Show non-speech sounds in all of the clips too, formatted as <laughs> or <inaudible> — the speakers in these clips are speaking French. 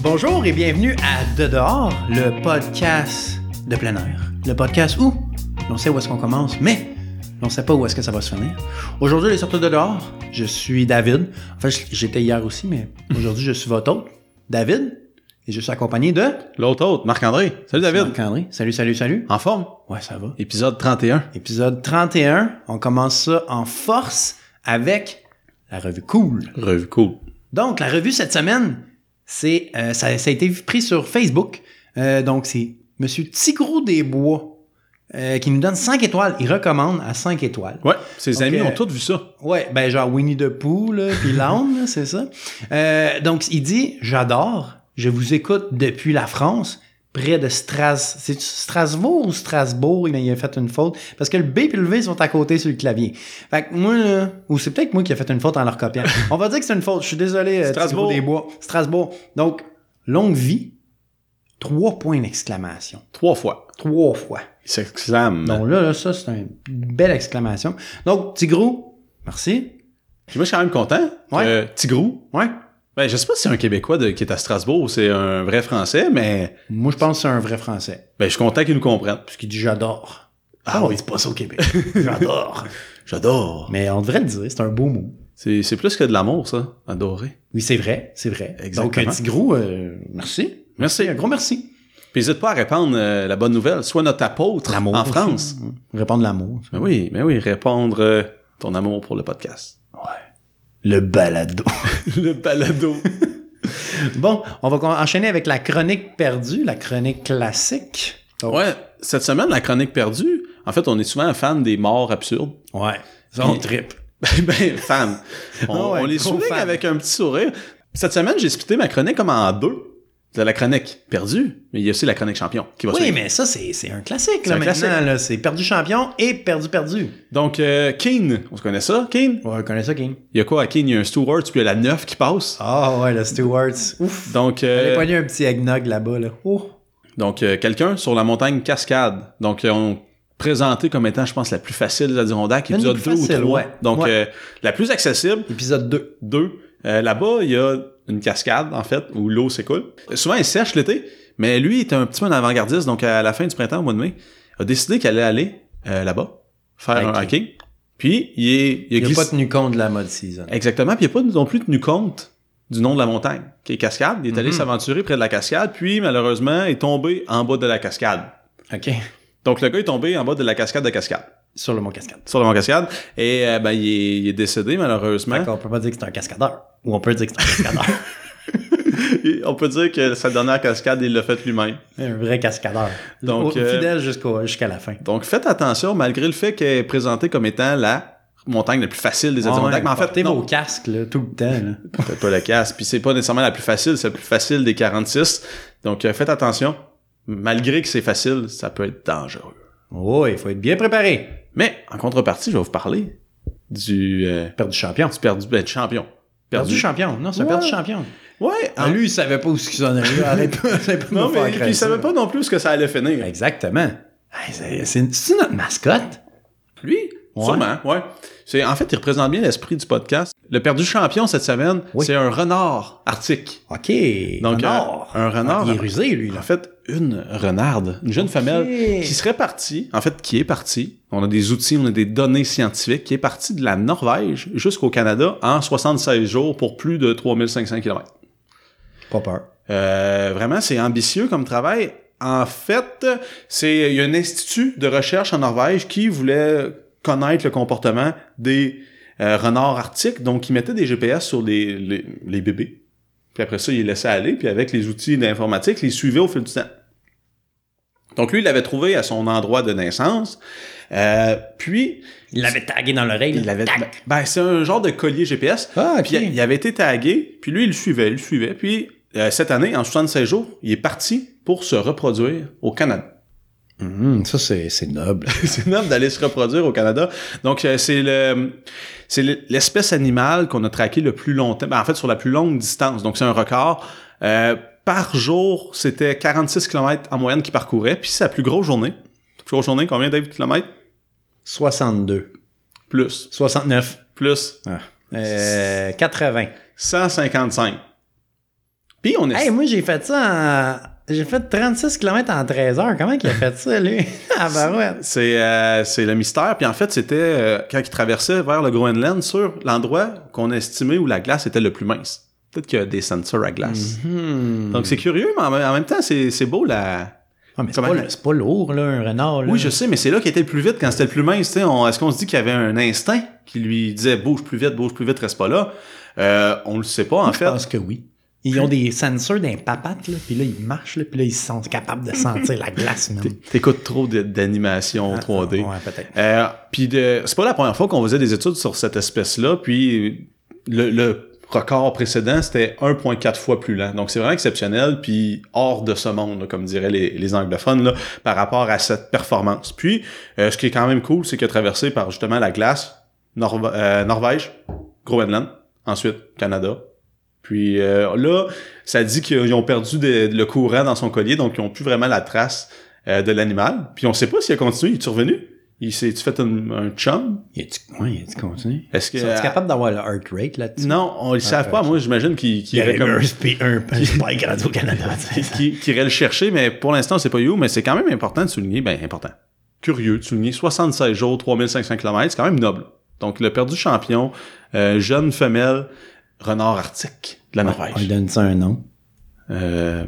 Bonjour et bienvenue à De dehors, le podcast de plein air. Le podcast où on sait où est-ce qu'on commence, mais on ne sait pas où est-ce que ça va se finir. Aujourd'hui, les sorties de dehors, je suis David. Enfin, j'étais hier aussi, mais aujourd'hui, je suis votre hôte, David, et je suis accompagné de L'autre autre, Marc-André. Salut David. Marc-André. Salut, salut, salut. En forme? Ouais, ça va. Épisode 31. Épisode 31, on commence ça en force avec la revue Cool. Revue cool. Donc, la revue cette semaine, c'est euh, ça, ça a été pris sur Facebook. Euh, donc, c'est Monsieur Tigrou des Bois euh, qui nous donne 5 étoiles. Il recommande à 5 étoiles. Ouais, ses Donc, amis euh, ont tous vu ça. Ouais, ben genre Winnie the Pooh, là, puis l'âne, là, c'est ça. Euh, donc, il dit « J'adore, je vous écoute depuis la France, près de Stras... C'est Strasbourg ou Strasbourg? Eh bien, il a fait une faute, parce que le B et le V sont à côté sur le clavier. Fait que moi, là, ou c'est peut-être moi qui ai fait une faute en leur copiant. On va dire que c'est une faute, je suis désolé, euh, Strasbourg. Thibaut Desbois. Strasbourg. Donc, longue vie, trois points d'exclamation. Trois fois. Trois fois. Il s'exclame. Donc là, là, ça, c'est une belle exclamation. Donc, Tigrou, merci. Puis moi, je suis quand même content. Ouais. Euh, Tigrou. Ouais. Ben, je sais pas si c'est un Québécois de- qui est à Strasbourg ou c'est un vrai Français, mais Moi, je pense que c'est un vrai Français. ben, je suis content qu'il nous comprenne. Parce qu'il dit j'adore. Ah Ça, on oui. dit pas ça au <laughs> Québec. j'adore. J'adore. Mais on devrait le dire, c'est un beau mot. C'est c'est plus que de l'amour, ça. Adoré. Oui, c'est vrai, c'est vrai. Donc, un Exactement. petit gros, euh, merci. Merci. Un gros merci. Puis n'hésite pas à répandre euh, la bonne nouvelle. Sois notre apôtre L'amour en aussi. <laughs> France. Répondre l'amour. Ben oui, ben oui, répandre euh, ton amour pour le podcast. Le balado. le balado. <laughs> bon, on va con- enchaîner avec la chronique perdue, la chronique classique. Donc, Ouais, cette semaine, la chronique perdue, en fait, on est souvent fan des <laughs> morts absurdes. Ouais. Ça, on Puis- tripe. Ben, <laughs> ben, fan. On, Ah ouais, on les gros souligne fan. avec un petit sourire. Cette semaine, j'ai splitté ma chronique comme en deux. C'est la chronique perdue, mais il y a aussi la chronique champion qui va Oui, suivre. mais ça, c'est c'est un classique, C'est là, un maintenant. classique. là. C'est perdu champion et perdu perdu. Donc, euh, Keane, on se connaît ça, Keane? Ouais, on connaît ça, King. Il y a quoi à Keane? Il y a un Stewart, puis il y a la 9 qui passe. Ah, ouais, le Stewards. Ouf. Donc, euh, J'avais poigné un petit eggnog là-bas, là. Oh. donc euh, quelqu'un sur la montagne Cascade. Donc, euh, on présenté comme étant, je pense, la plus facile de la Dirondac, Une des épisode plus 2 ou faciles, 3. ouais. Donc, Ouais. euh, la plus accessible. Épisode 2. Deux, euh, là-bas, il y a une cascade, en fait, où l'eau s'écoule. Souvent, il sèche l'été, mais lui, il était un petit peu un avant-gardiste, donc à la fin du printemps, au mois de mai, a décidé qu'il allait aller euh, là-bas, faire un Hiking. hiking. Puis, il, est, il a Il n'a glissé- pas tenu compte de la mode season. Exactement, puis il n'a pas non plus tenu compte du nom de la montagne, qui est Cascade. Il est allé Mhm. s'aventurer près de la cascade, puis, malheureusement, est tombé en bas de la cascade. OK. Donc, le gars est tombé en bas de la cascade de Cascade, Sur le mont cascade. sur le mont Cascade, et euh, ben, il, est, il est décédé, malheureusement. On peut pas dire que c'est un cascadeur. Ou on peut dire que c'est un <laughs> cascadeur. <laughs> Et On peut dire que sa dernière cascade, il l'a faite lui-même. un vrai cascadeur. Donc, Au- euh, Fidèle jusqu'au- jusqu'à la fin. Donc faites attention, malgré le fait qu'elle est présentée comme étant la montagne la plus facile Ah des Adirondacks, mais en fait, portez vos non, casques là, tout le temps. là. faites pas le casse. Puis c'est pas nécessairement la plus facile, c'est la plus facile des 46. Donc euh, faites attention. Malgré que c'est facile, ça peut être dangereux. Oh, il faut être bien préparé. Mais en contrepartie, je vais vous parler du, euh, Perdu champion. du perdu, ben, du champion. Perdu champion. Non, c'est un Ouais. perdu champion. Ah, Ouais. en- lui, il savait pas où ce qu'il s'en allait. <laughs> Arrête pas, arrête pas de non, me faire mais craindre puis il savait ça. pas non plus ce que ça allait finir. Exactement. Hey, c'est- c'est c'est notre mascotte. Lui? Ouais. Sûrement, ouais. C'est, en fait, il représente bien l'esprit du podcast. Le perdu champion cette semaine, Oui. c'est un renard arctique. OK. Donc, renard. euh, un renard. Ah, il est rusé, lui. En Là. fait, une renarde, une jeune femelle qui serait partie, en fait, qui est partie. On a des outils, on a des données scientifiques, qui est partie de la Norvège jusqu'au Canada en 76 jours pour plus de 3500 km. Pas peur. Euh, vraiment, c'est ambitieux comme travail. En fait, c'est il y a un institut de recherche en Norvège qui voulait connaître le comportement des euh, renards arctiques, donc ils mettaient des GPS sur les, les, les bébés. Puis après ça, ils les laissaient aller, puis avec les outils d'informatique, ils les suivaient au fil du temps. Donc lui, il l'avait trouvé à son endroit de naissance. Euh, puis Il l'avait tagué dans l'oreille. il là. l'avait. Tac. Ben, c'est un genre de collier GPS. Ah, ok. Puis il avait été tagué, puis lui, il le suivait, il le suivait. Puis euh, cette année, en 76 jours, il est parti pour se reproduire au Canada. <laughs> Mhm, ça, c'est c'est <laughs> noble. c'est énorme d'aller se reproduire au Canada. Donc, euh, c'est le c'est le- l'espèce animale qu'on a traqué le plus longtemps. Ben, en fait, sur la plus longue distance. Donc, c'est un record. Euh, par jour, c'était 46 km en moyenne qu'il parcourait. Puis sa plus grosse journée. Plus grosse journée, combien, Dave, de kilomètres? 62. Plus. 69. Plus. Euh, 80. 155. Puis on est... Hey, moi, j'ai fait ça en. J'ai fait 36 km en 13 heures. Comment il a fait ça, lui? <laughs> Ah, bah à barouette. C'est euh, c'est le mystère. Puis en fait, c'était euh, quand il traversait vers le Groenland sur l'endroit qu'on estimait où la glace était le plus mince. Peut-être qu'il y a des sensors à glace. Hum. Donc c'est curieux, mais en même- en même temps, c'est c'est beau la... Ah, mais c'est Comment- pas, c'est pas lourd, là, un renard. là. Oui, je sais, mais c'est là qu'il était le plus vite quand c'était le plus mince. tu sais. On- Est-ce qu'on se dit qu'il y avait un instinct qui lui disait bouge plus vite, bouge plus vite, reste pas là? Euh, on le sait pas en Je fait. pense que oui. Ils ont des sensors d'un papate, là, puis là, ils marchent, là, puis là, ils sont capables de sentir la glace, <laughs> même. Ah, T'écoutes trop de- d'animation 3D. Ouais, peut-être. Euh, puis de- c'est pas la première fois qu'on faisait des études sur cette espèce-là. Puis le, le record précédent c'était 1.4 fois plus lent. Donc c'est vraiment exceptionnel, puis hors de ce monde, là, comme diraient les, les anglophones, là, par rapport à cette performance. Puis euh, ce qui est quand même cool, c'est qu'il a traversé par justement la glace, Norv- euh, Norvège, Groenland, ensuite Canada. Puis euh, là, ça dit qu'ils ont perdu des- le courant dans son collier, donc ils ont plus vraiment la trace euh, de l'animal. Puis on sait pas s'il a continué, il est revenu. Il s'est tu fait un, un chum. Y a-tu ouais, y a-tu continué? Est-ce que euh, Sont-ils capables d'avoir le heart rate là-dessus? non, on le savent pas. Moi, j'imagine qu'il qu'il Il y irait avait comme un, spi- un, un spike Radio-Canada. <laughs> tu sais. qu'il- qu'il irait le chercher, mais pour l'instant, c'est pas où. Mais c'est quand même important de souligner, ben important. Curieux de souligner 76 jours, 3500 km, c'est quand même noble. Donc le perdu champion, euh, jeune femelle, renard arctique de la On lui Norvège. donne ça un nom. Euh,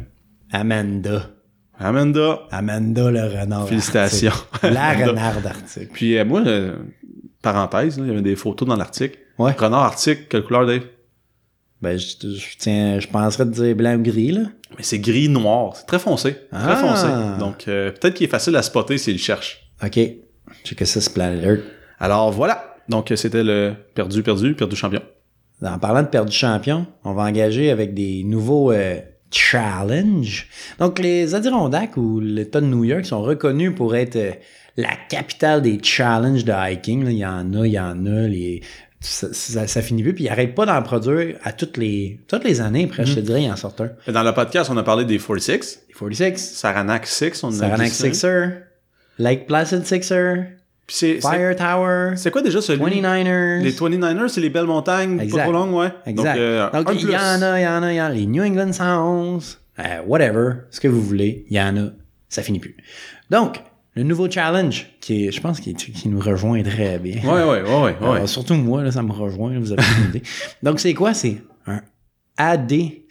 Amanda. Amanda, Amanda le renard. Félicitations. arctique. Ah, <laughs> La renarde arctique. Puis euh, moi, euh, parenthèse, là, il y avait des photos dans l'article. Ouais. Renard arctique, quelle couleur, Dave? Ben, je, je tiens, je penserais de dire blanc ou gris, là. Mais c'est gris-noir. C'est très foncé. Très Ah. foncé. Donc, euh, peut-être qu'il est facile à spotter s'il le cherche. OK. Check ça, c'est Planet Earth. Alors, voilà. Donc, euh, c'était le perdu, perdu, perdu champion. En parlant de perdu champion, on va engager avec des nouveaux euh, challenges. Donc, les Adirondacks ou l'État de New York sont reconnus pour être euh, la capitale des challenges de hiking. là. Il y en a, il y en a. Les... Ça, ça- ça finit plus. Puis, ils n'arrêtent pas d'en produire à toutes les, toutes les années. Après, je te dirais, ils en sortent un. Dans le podcast, on a parlé des 46. Les 46, Saranac 6, on en a Saranac glissé. Sixer, Lake Placid Sixer, Puis c'est, c'est- Fire Tower, c'est quoi déjà celui? 29ers. Les 29ers, c'est les belles montagnes. Exact. Pas trop longues, ouais. Exact. Donc, euh, Donc, un il plus. y en a, il y en a, il y en a. Les New England 111, euh, whatever, ce que vous voulez, il y en a. Ça finit plus. Donc, le nouveau challenge, qui est, je pense, qui, qui nous rejoint très bien. <laughs> Ouais, ouais, ouais, ouais. ouais. Alors, surtout moi, là, ça me rejoint, là, vous avez une idée. Donc, c'est quoi? C'est un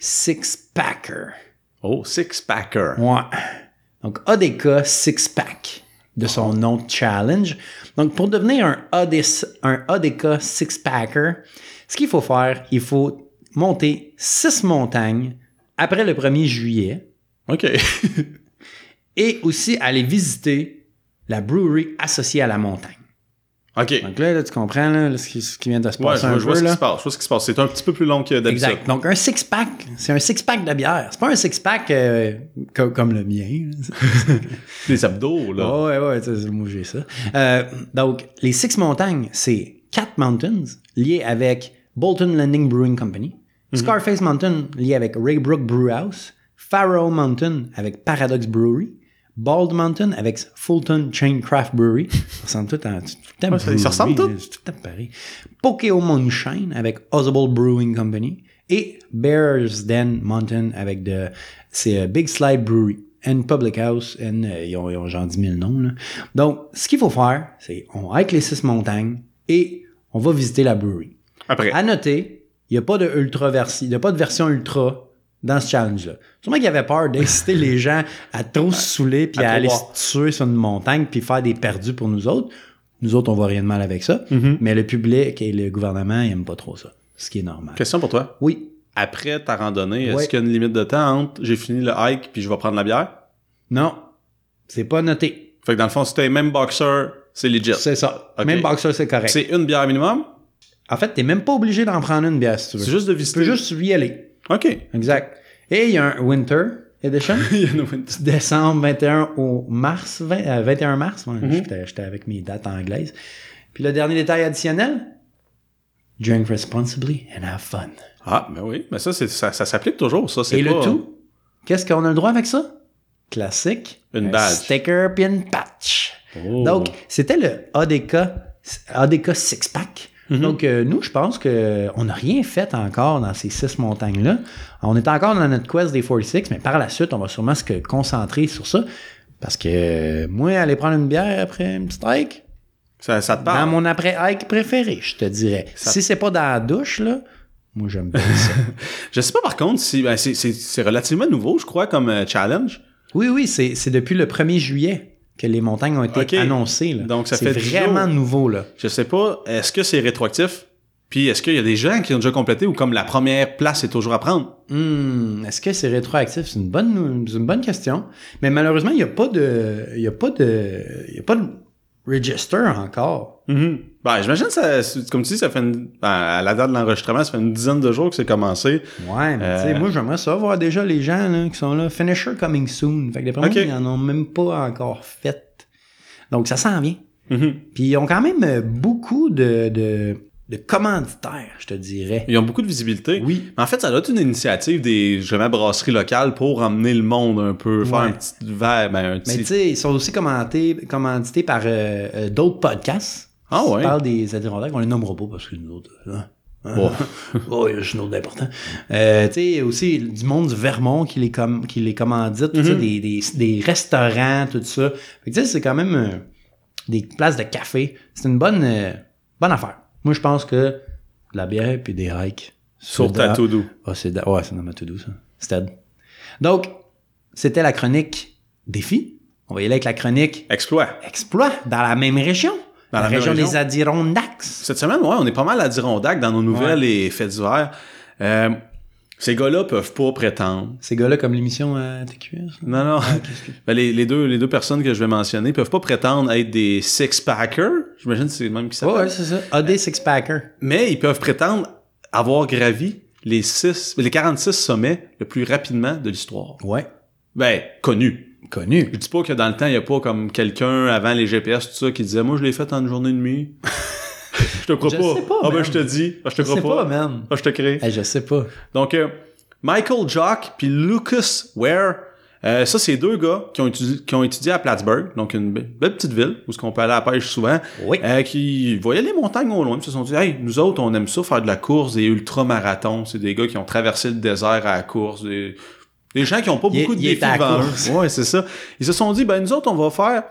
AD6-packer. oh, six-packer. Ouais. Donc, ADK Six Pack, de son nom de challenge. Donc, pour devenir un, AD un ADK Six Packer, ce qu'il faut faire, il faut monter six montagnes après le 1er juillet OK. <laughs> et aussi aller visiter la brewery associée à la montagne. OK. Donc là, là, tu comprends là, là, ce, qui, ce qui vient de se Ouais, passer un je vois, je vois peu. ce qui Là. se passe. Je vois ce qui se passe. C'est un petit peu plus long que d'habitude. Exact. Donc, un six-pack, c'est un six-pack de bière. C'est pas un six-pack euh, co- comme le mien. <laughs> là. Des abdos, là. Ah ouais, ouais, tu sais, moi j'ai ça. Euh, donc, les Six Montagnes, c'est Cat Mountains, lié avec Bolton Landing Brewing Company, Mhm. Scarface Mountain, lié avec Raybrook Brewhouse, Farrow Mountain avec Paradox Brewery, Bald Mountain avec Fulton Chain Craft Brewery. <laughs> Ça ressemble tout à tout le temps Ouais, ça- ils se brewery, ressemblent tous. là, c'est tout le temps pareil. Pokeo Moonshine avec Oswald Brewing Company et Bears Den Mountain avec de, c'est euh, Big Slide Brewery and Public House and euh, ils, ont, ils ont genre 10 000 noms. là. Donc, ce qu'il faut faire, c'est on hike les six montagnes et on va visiter la brewery. Après. À noter, il n'y a pas de ultra versi- il y a pas de version ultra dans ce challenge-là. Sûrement qu'il avait peur d'inciter les gens à trop se saouler puis à, À trop aller boire. se tuer sur une montagne puis faire des perdus pour nous autres. Nous autres, on voit rien de mal avec ça. Mm-hmm. Mais le public et le gouvernement ils aiment pas trop ça. Ce qui est normal. Question pour toi. Oui. Après ta randonnée, est-ce Ouais. qu'il y a une limite de temps entre j'ai fini le hike puis je vais prendre la bière? Non. C'est pas noté. Fait que dans le fond, si t'es même boxeur, c'est legit. C'est ça. Ok. Même boxeur, c'est correct. C'est une bière minimum, En fait, t'es même pas obligé d'en prendre une bière si tu veux. c'est juste de Tu peux visiter. juste y aller. <laughs> OK. Exact. Et il y a un Winter Edition. Il y en a une petite- décembre 21 au mars, 20, euh, 21 mars, Mhm. ouais, j'étais- j'étais avec mes dates anglaises. Puis le dernier détail additionnel, drink responsibly and have fun. ah, ben oui. Mais ça, c'est, ça, ça s'applique toujours, ça. C'est Et pas- le tout, qu'est-ce qu'on a le droit avec ça? Classique. Une un badge. Sticker puis une patch. Oh. Donc, c'était le ADK, ADK Six Pack. Mhm. Donc, euh, nous, je pense qu'on n'a rien fait encore dans ces six montagnes-là. On est encore dans notre quest des 46, mais par la suite, on va sûrement se que- concentrer sur ça. Parce que euh, moi, aller prendre une bière après une petite hike, Ça, ça te dans parle. mon après-hike préféré, je te dirais. Bah. Ça- Si c'est pas dans la douche, là, moi, j'aime bien ça. <laughs> Je sais pas par contre si ben, c'est- c'est c'est relativement nouveau, je crois, comme euh, challenge. Oui, oui, c'est c'est depuis le 1er juillet que les montagnes ont été Ok. annoncées. là. Donc, ça C'est fait dix vraiment nouveau, là. Je sais pas, est-ce que c'est rétroactif? Puis est-ce qu'il y a des gens qui ont déjà complété ou comme la première place est toujours à prendre? Hmm, Est-ce que c'est rétroactif? C'est une bonne, c'est une bonne question. Mais malheureusement, il n'y a pas de. Il n'y a pas de. Il y a pas de register encore. Ben, j'imagine que ça, c'est- comme tu dis, ça fait une- ben, à la date de l'enregistrement, ça fait une dizaine de jours que c'est commencé. Ouais, mais tu sais, Euh. moi j'aimerais ça voir déjà les gens là, qui sont là. Finisher coming soon. Fait que d'après moi, Ok. ils n'en ont même pas encore fait. Donc ça s'en vient. Puis ils ont quand même euh, beaucoup de, de, de commanditaires, je te dirais. Ils ont beaucoup de visibilité. Oui. Mais En fait, ça doit être une initiative des justement, brasseries locales pour emmener le monde un peu, faire Ouais. un petit verre, ben, un Mais tu petit... sais, ils sont aussi commentés, commandités par euh, euh, d'autres podcasts. Ah On ouais? parle des Adirondacks, on les nommera pas parce que nous autres... Hein? Hein? <laughs> Bon. oh, il y a juste un autre important. Euh, tu sais, aussi du monde du Vermont qui les, com qui les commandite, tout ça, Mm-hmm. des, des, des restaurants, tout ça. Fait que tu sais, c'est quand même euh, des places de café. C'est une bonne, euh, bonne affaire. Moi, je pense que de la bière puis des hikes. Sur ta Dans- to do. ah, c'est da- ouais, c'est dans ma to-do, ça. Stead. Donc, c'était la chronique défi. On va y aller avec la chronique Exploit. exploit dans la même région. Dans la même région, région. des Adirondacks. Cette semaine, ouais, on est pas mal à Dirondac dans nos nouvelles et faits divers. Euh, ces gars-là peuvent pas prétendre Ces gars-là, comme l'émission euh, à TQS. Non, non. Ah, <laughs> Ben, les, les deux, les deux personnes que je vais mentionner peuvent pas prétendre être des six-packers. J'imagine que c'est le même qui Ouais, s'appelle. ouais, c'est ça. AD Sixpacker. Mais ils peuvent prétendre avoir gravi les, six, les 46 sommets le plus rapidement de l'histoire. Ouais. Ben, connu. Connu. Je dis pas que dans le temps, il y a pas comme quelqu'un avant les GPS, tout ça, qui disait « Moi, je l'ai fait en une journée et demie. » <laughs> Je te crois Je pas. sais pas, Ah ben, man. je te dis. Ah, je te Je sais pas, crois pas. man. Ah, je te crée. Eh, je sais pas. Donc, euh, Michael Jock puis Lucas Ware, euh, ça, c'est deux gars qui ont, étudié, qui ont étudié à Plattsburgh, donc une be- belle petite ville où ce qu'on peut aller à la pêche souvent, Oui. euh, qui voyaient les montagnes au loin, puis se sont dit, hey, nous autres, on aime ça faire de la course, des ultra-marathons, c'est des gars qui ont traversé le désert à la course, des, des gens qui ont pas Il- beaucoup de il défis était à la devant course. eux. Ouais, c'est ça. Ils se sont dit, ben nous autres, on va faire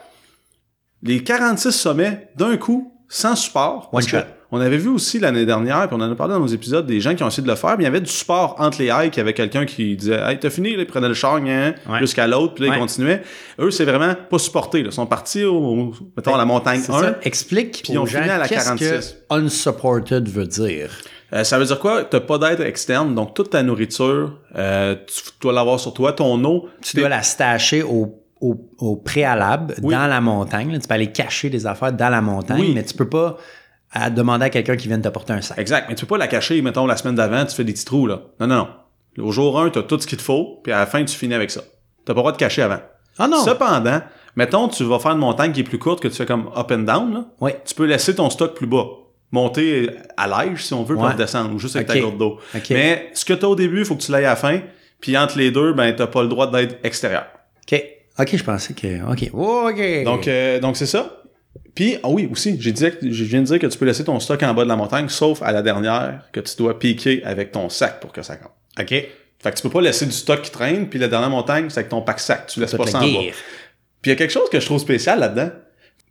les 46 sommets d'un coup, sans support. Parce One que shot. On avait vu aussi l'année dernière, puis on en a parlé dans nos épisodes, des gens qui ont essayé de le faire, mais il y avait du support entre les hikes. Il y avait quelqu'un qui disait Hey, t'as fini, là, il prenait le char gnan, Ouais. jusqu'à l'autre, puis là, Ouais. ils continuaient. Eux, c'est vraiment pas supporté. Là. Ils sont partis, au, mettons, à la montagne Ben, C'est 1. Euh, ça. Explique Puis aux on gens finit à la qu'est-ce 46. que unsupported veut dire. Euh, Ça, veut dire quoi T'as pas d'aide externe, donc toute ta nourriture, euh, tu dois l'avoir sur toi, ton eau. Tu dois la stacher au, au, au préalable Oui. dans la montagne. là. Tu peux aller cacher des affaires dans la montagne, Oui. mais tu peux pas à, demander à quelqu'un qui vienne t'apporter un sac. Exact, mais tu peux pas la cacher, mettons, la semaine d'avant, tu fais des petits trous, là. Non, non, non. Au jour 1, t'as tout ce qu'il te faut, puis à la fin, tu finis avec ça. T'as pas le droit de cacher avant. Ah non! Cependant, mettons, tu vas faire une montagne qui est plus courte que tu fais comme up and down, là. Oui. tu peux laisser ton stock plus bas. Monter à l'âge, si on veut, pour Ouais. descendre, ou juste avec Ok. ta gourde d'eau. Ok. Mais ce que t'as au début, faut que tu l'ailles à la fin, puis entre les deux, ben, t'as pas le droit d'être extérieur. OK. OK, je pensais que... OK. OK. Donc, euh, donc c'est ça. Puis, ah oui, aussi, j'ai dit, que- je viens de dire que tu peux laisser ton stock en bas de la montagne, sauf à la dernière, que tu dois piquer avec ton sac pour que ça compte. OK. Fait que tu peux pas laisser du stock qui traîne, puis la dernière montagne, c'est avec ton pack sac. Tu laisses Toute pas la ça en bas. guerre. Puis il y a quelque chose que je trouve spécial là-dedans.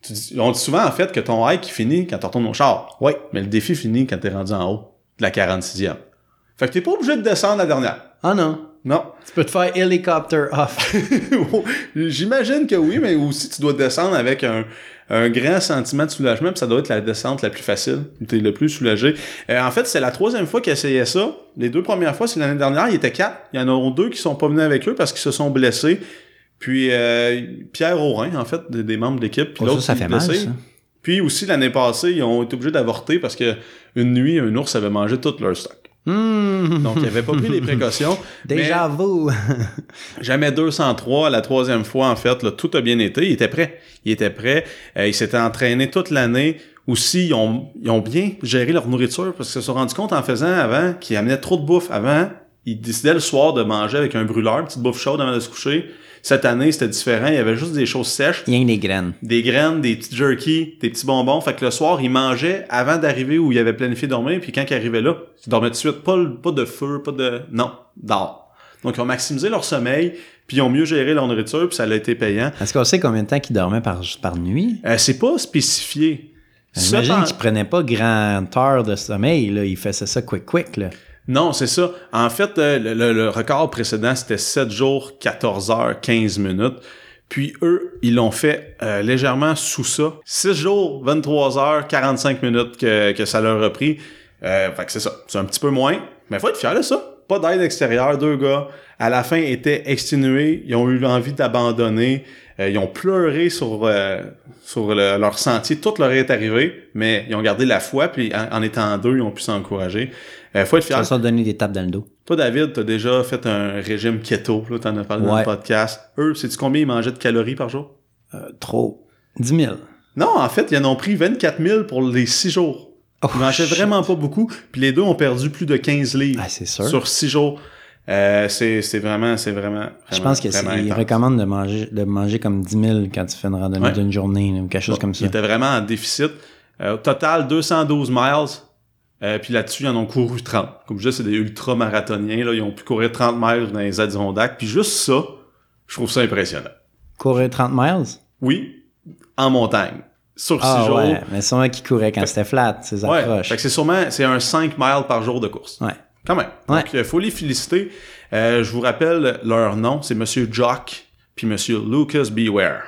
Tu dis- on dit souvent, en fait, que ton hike il finit quand tu retournes au char. Oui. Mais le défi finit quand t'es rendu en haut de la 46e. Fait que t'es pas obligé de descendre la dernière. Ah non. Oh, Non. Tu peux te faire helicopter off. <laughs> J'imagine que oui, mais aussi tu dois descendre avec un, un grand sentiment de soulagement, puis ça doit être la descente la plus facile. T'es le plus soulagé. Euh, en fait, c'est la troisième fois qu'ils essayaient ça. Les deux premières fois, c'est l'année dernière, il était quatre. Il y en a deux qui sont pas venus avec eux parce qu'ils se sont blessés. Puis euh, Pierre Aurin, en fait, des, des membres de l'équipe. puis Oh, ça, l'autre ça qui est fait mal, blessé. ça. Puis aussi, l'année passée, ils ont été obligés d'avorter parce que une nuit, un ours avait mangé tout leur stock. Hmm. <laughs> Donc, ils n'avaient pas pris les précautions. Déjà vous. Jamais 203, la troisième fois, en fait, là, tout a bien été. Il était prêt. Il était prêt. Euh, il s'était entraîné toute l'année. Aussi, ils ont, ils ont bien géré leur nourriture parce qu'ils se sont rendus compte en faisant avant qu'ils amenaient trop de bouffe avant. il décidait le soir de manger avec un brûleur, une petite bouffe chaude avant de se coucher. Cette année, c'était différent. Il y avait juste des choses sèches, Rien que des graines. des graines, des petits jerky, des petits bonbons. Fait que le soir, il mangeait avant d'arriver où il avait planifié de dormir. Puis quand il arrivait là, il dormait tout de suite. Pas, le- pas de feu, pas de... Non, dort. Donc, ils ont maximisé leur sommeil, puis ils ont mieux géré leur nourriture, puis ça a été payant. Est-ce qu'on sait combien de temps qu'ils dormaient par, par nuit? Euh, c'est pas spécifié. J'imagine Cependant- qu'ils prenaient pas grande heure de sommeil, là. Ils faisaient ça quick, quick, là. Non, c'est ça. En fait, euh, le, le- le record précédent, c'était 7 jours, 14 heures, 15 minutes. Puis eux, ils l'ont fait euh, légèrement sous ça. 6 jours, 23 heures, 45 minutes que, que ça leur a pris. Euh, fait que c'est ça. C'est un petit peu moins. Mais faut être fier de ça. Pas d'aide extérieure, deux gars. À la fin, étaient exténués. Ils ont eu envie d'abandonner. Euh, ils ont pleuré sur, euh, sur le- leur sentier. Tout leur est arrivé. Mais ils ont gardé la foi. Puis en, en étant deux, ils ont pu s'encourager. Euh, faut être fier. Ça leur donné des tapes dans le dos. Toi, David, t'as déjà fait un régime keto, là, t'en as parlé dans Ouais. le podcast. Eux, sais-tu combien ils mangeaient de calories par jour? Euh, trop. 10 000. Non, en fait, ils en ont pris 24 000 pour les 6 jours. Oh, Ils mangeaient shit. vraiment pas beaucoup, puis les deux ont perdu plus de 15 livres Ah, c'est sûr. sur 6 jours. Euh, c'est c'est vraiment, c'est vraiment, Je vraiment, pense qu'ils vraiment intense. recommandent de manger, de manger comme 10 000 quand tu fais une randonnée Ouais. d'une journée, là, ou quelque chose comme ça. Ils étaient vraiment en déficit. Euh, au total, 212 miles. Euh, puis là-dessus, ils en ont couru 30. Comme je disais, c'est des ultra-marathoniens. Là. Ils ont pu courir 30 miles dans les Adirondacks. Puis juste ça, je trouve ça impressionnant. Courir 30 miles? Oui, en montagne. Sur 6 Ah jours. ouais, mais sûrement qu'ils couraient quand c'était flat, ces Ouais, approches. fait que c'est sûrement c'est un 5 miles par jour de course. Ouais. Quand même. Ouais. Donc, il faut les féliciter. Euh, je vous rappelle leur nom, c'est Monsieur Jock puis Monsieur Lucas Beware.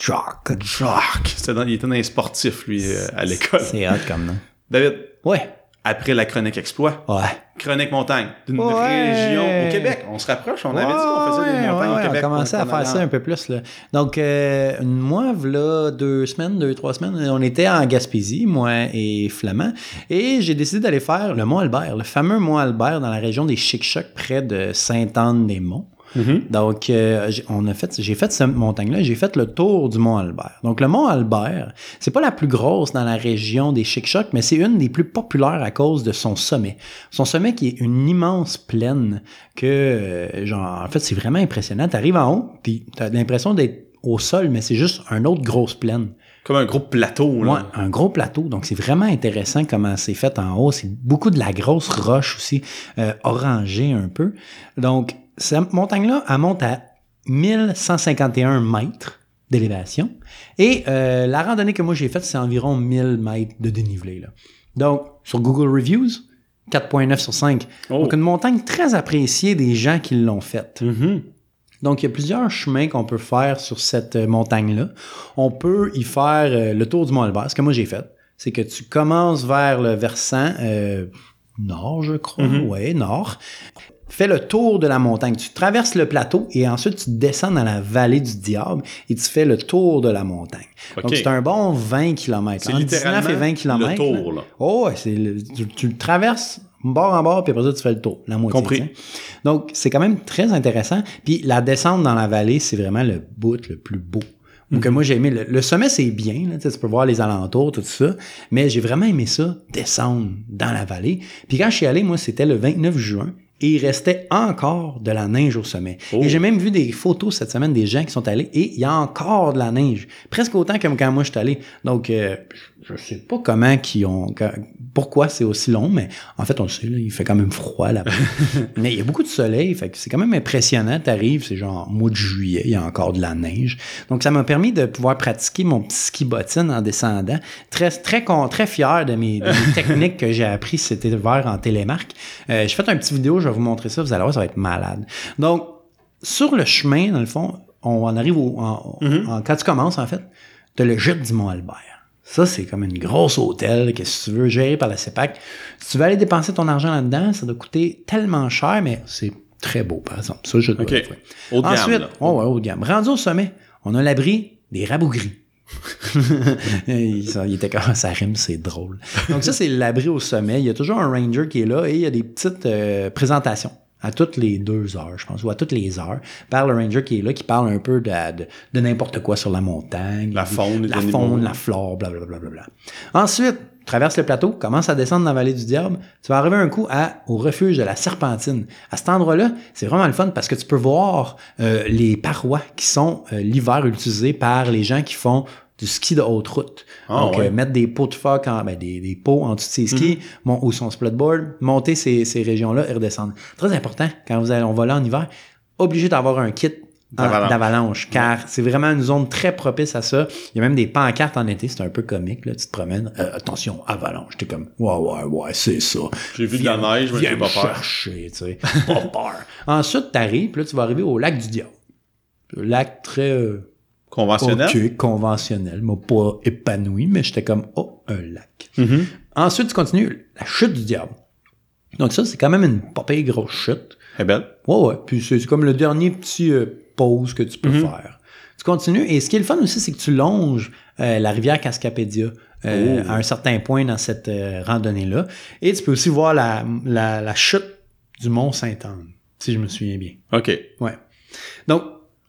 Jock. Jock, c'était dans- il était dans les sportifs, lui, euh, à l'école. C'est hot comme nom. David, Ouais. après la chronique exploit, Ouais. chronique montagne, d'une Ouais. région au Québec. On se rapproche, on avait dit qu'on faisait des Ouais, montagnes ouais, au ouais, Québec. On commençait à était en faire ça un peu plus. Là. Donc, euh, moi, voilà deux semaines, deux, trois semaines, on était en Gaspésie, moi et Flamand, et j'ai décidé d'aller faire le Mont Albert, le fameux Mont Albert dans la région des Chic-Chocs, près de Sainte-Anne-des-Monts. Mhm. Donc, euh, j'ai- on a fait, j'ai fait cette montagne-là, j'ai fait le tour du Mont Albert. Donc, le Mont Albert, c'est pas la plus grosse dans la région des Chic-Chocs, mais c'est une des plus populaires à cause de son sommet. Son sommet qui est une immense plaine que, euh, genre, en fait, c'est vraiment impressionnant. T'arrives en haut, puis t'as l'impression d'être au sol, mais c'est juste une autre grosse plaine. Comme un gros plateau, là. Ouais, un gros plateau. Donc, c'est vraiment intéressant comment c'est fait en haut. C'est beaucoup de la grosse roche aussi, euh, orangée un peu. Donc, cette montagne-là, elle monte à 1151 mètres d'élévation. Et euh, la randonnée que moi j'ai faite, c'est environ 1000 mètres de dénivelé. Là. Donc, sur Google Reviews, 4.9 sur 5. Oh. Donc, une montagne très appréciée des gens qui l'ont faite. Mhm. Donc, il y a plusieurs chemins qu'on peut faire sur cette euh, montagne-là. On peut y faire euh, le tour du Mont Albert, ce que moi j'ai fait. C'est que tu commences vers le versant euh, nord, je crois. Mhm. Ouais, nord. Fais le tour de la montagne. Tu traverses le plateau et ensuite tu descends dans la vallée du diable et tu fais le tour de la montagne. Ok. Donc, c'est un bon 20 km. C'est littéralement et 20 km. le tour, là. Oh, ouais, c'est le- tu, tu le traverses bord en bord, puis après ça, tu fais le tour, la moitié. Compris. tu sais. Donc, c'est quand même très intéressant. Puis la descente dans la vallée, c'est vraiment le bout le plus beau. Ou Mhm. que moi, j'ai aimé. Le, le sommet, c'est bien, là, tu sais, tu peux voir les alentours, tout ça. Mais j'ai vraiment aimé ça, descendre dans la vallée. Puis quand je suis allé, moi, c'était le 29 juin. Et il restait encore de la neige au sommet. Oh. Et j'ai même vu des photos cette semaine des gens qui sont allés et il y a encore de la neige. Presque autant que quand moi je suis allé. Donc, euh, je sais pas comment qu'ils ont, quand- pourquoi c'est aussi long, mais en fait, on le sait, là, il fait quand même froid là-bas. mais il y a beaucoup de soleil, fait que c'est quand même impressionnant. T'arrives, c'est genre mois de juillet, il y a encore de la neige. Donc, ça m'a permis de pouvoir pratiquer mon petit ski bottine en descendant. Très, très, con- très fier de mes, de mes techniques que j'ai apprises cet hiver en télémarque. Euh, j'ai fait un petit vidéo, je vais vous montrer ça, vous allez voir, ça va être malade. Donc, sur le chemin, dans le fond, on en arrive au. en- en- quand tu commences, en fait, tu le jet du Mont-Albert. Ça, c'est comme une grosse hôtel que si tu veux gérer par la CEPAC, si tu veux aller dépenser ton argent là-dedans, ça doit coûter tellement cher, mais c'est très beau, par exemple. Ça, je dois OK. l'avouer. Haut de gamme, Ensuite, là. oh, ouais, haut de gamme. Rendu au sommet, on a l'abri des <laughs> rabougris. il, ça- il était comme ça rime, c'est drôle. Donc ça, c'est l'abri au sommet. Il y a toujours un ranger qui est là et il y a des petites euh, présentations à toutes les deux heures, je pense, ou à toutes les heures, par le ranger qui est là, qui parle un peu de, de- de n'importe quoi sur la montagne. La faune, les la animaux. faune, la flore, blablabla. Ensuite, traverses le plateau, commences à descendre dans la vallée du diable, tu vas arriver un coup à, au refuge de la Serpentine. À cet endroit-là, c'est vraiment le fun parce que tu peux voir euh, les parois qui sont euh, l'hiver utilisées par les gens qui font du ski de haute route. Ah, Donc, ouais. euh, mettre des pots de phoque, en- ben, des, des pots en dessous de ses Mhm. skis, mon, ou son splitboard, monter ces, ces régions-là et redescendre. Très important, quand vous allez, on va là en hiver, obligé d'avoir un kit d'en- D'avalanche. d'avalanche, car c'est vraiment une zone très propice à ça. Il y a même des pancartes en été, c'est un peu comique, là, tu te promènes, Euh, attention, avalanche, t'es comme, ouais, ouais, ouais, c'est ça. J'ai vu de la Viens- neige, mais viens j'ai bah, pas me peur. chercher, tu sais, pas peur. Ensuite, t'arrives, puis là, tu vas arriver au lac du diable. Le Lac très... euh, Conventionnel. OK, conventionnel. M'a pas épanoui, mais j'étais comme, oh, un lac. Mhm. Ensuite, tu continues, la chute du diable. Donc ça, c'est quand même une pas pire grosse chute. Eh belle. Ouais, ouais. Puis c'est c'est comme le dernier petit euh, pause que tu peux Mm-hmm. faire. Tu continues. Et ce qui est le fun aussi, c'est que tu longes euh, la rivière Cascapédia euh, Oh. à un certain point dans cette euh, randonnée-là. Et tu peux aussi voir la, la, la chute du mont Sainte-Anne, si je me souviens bien. OK. Ouais. Donc,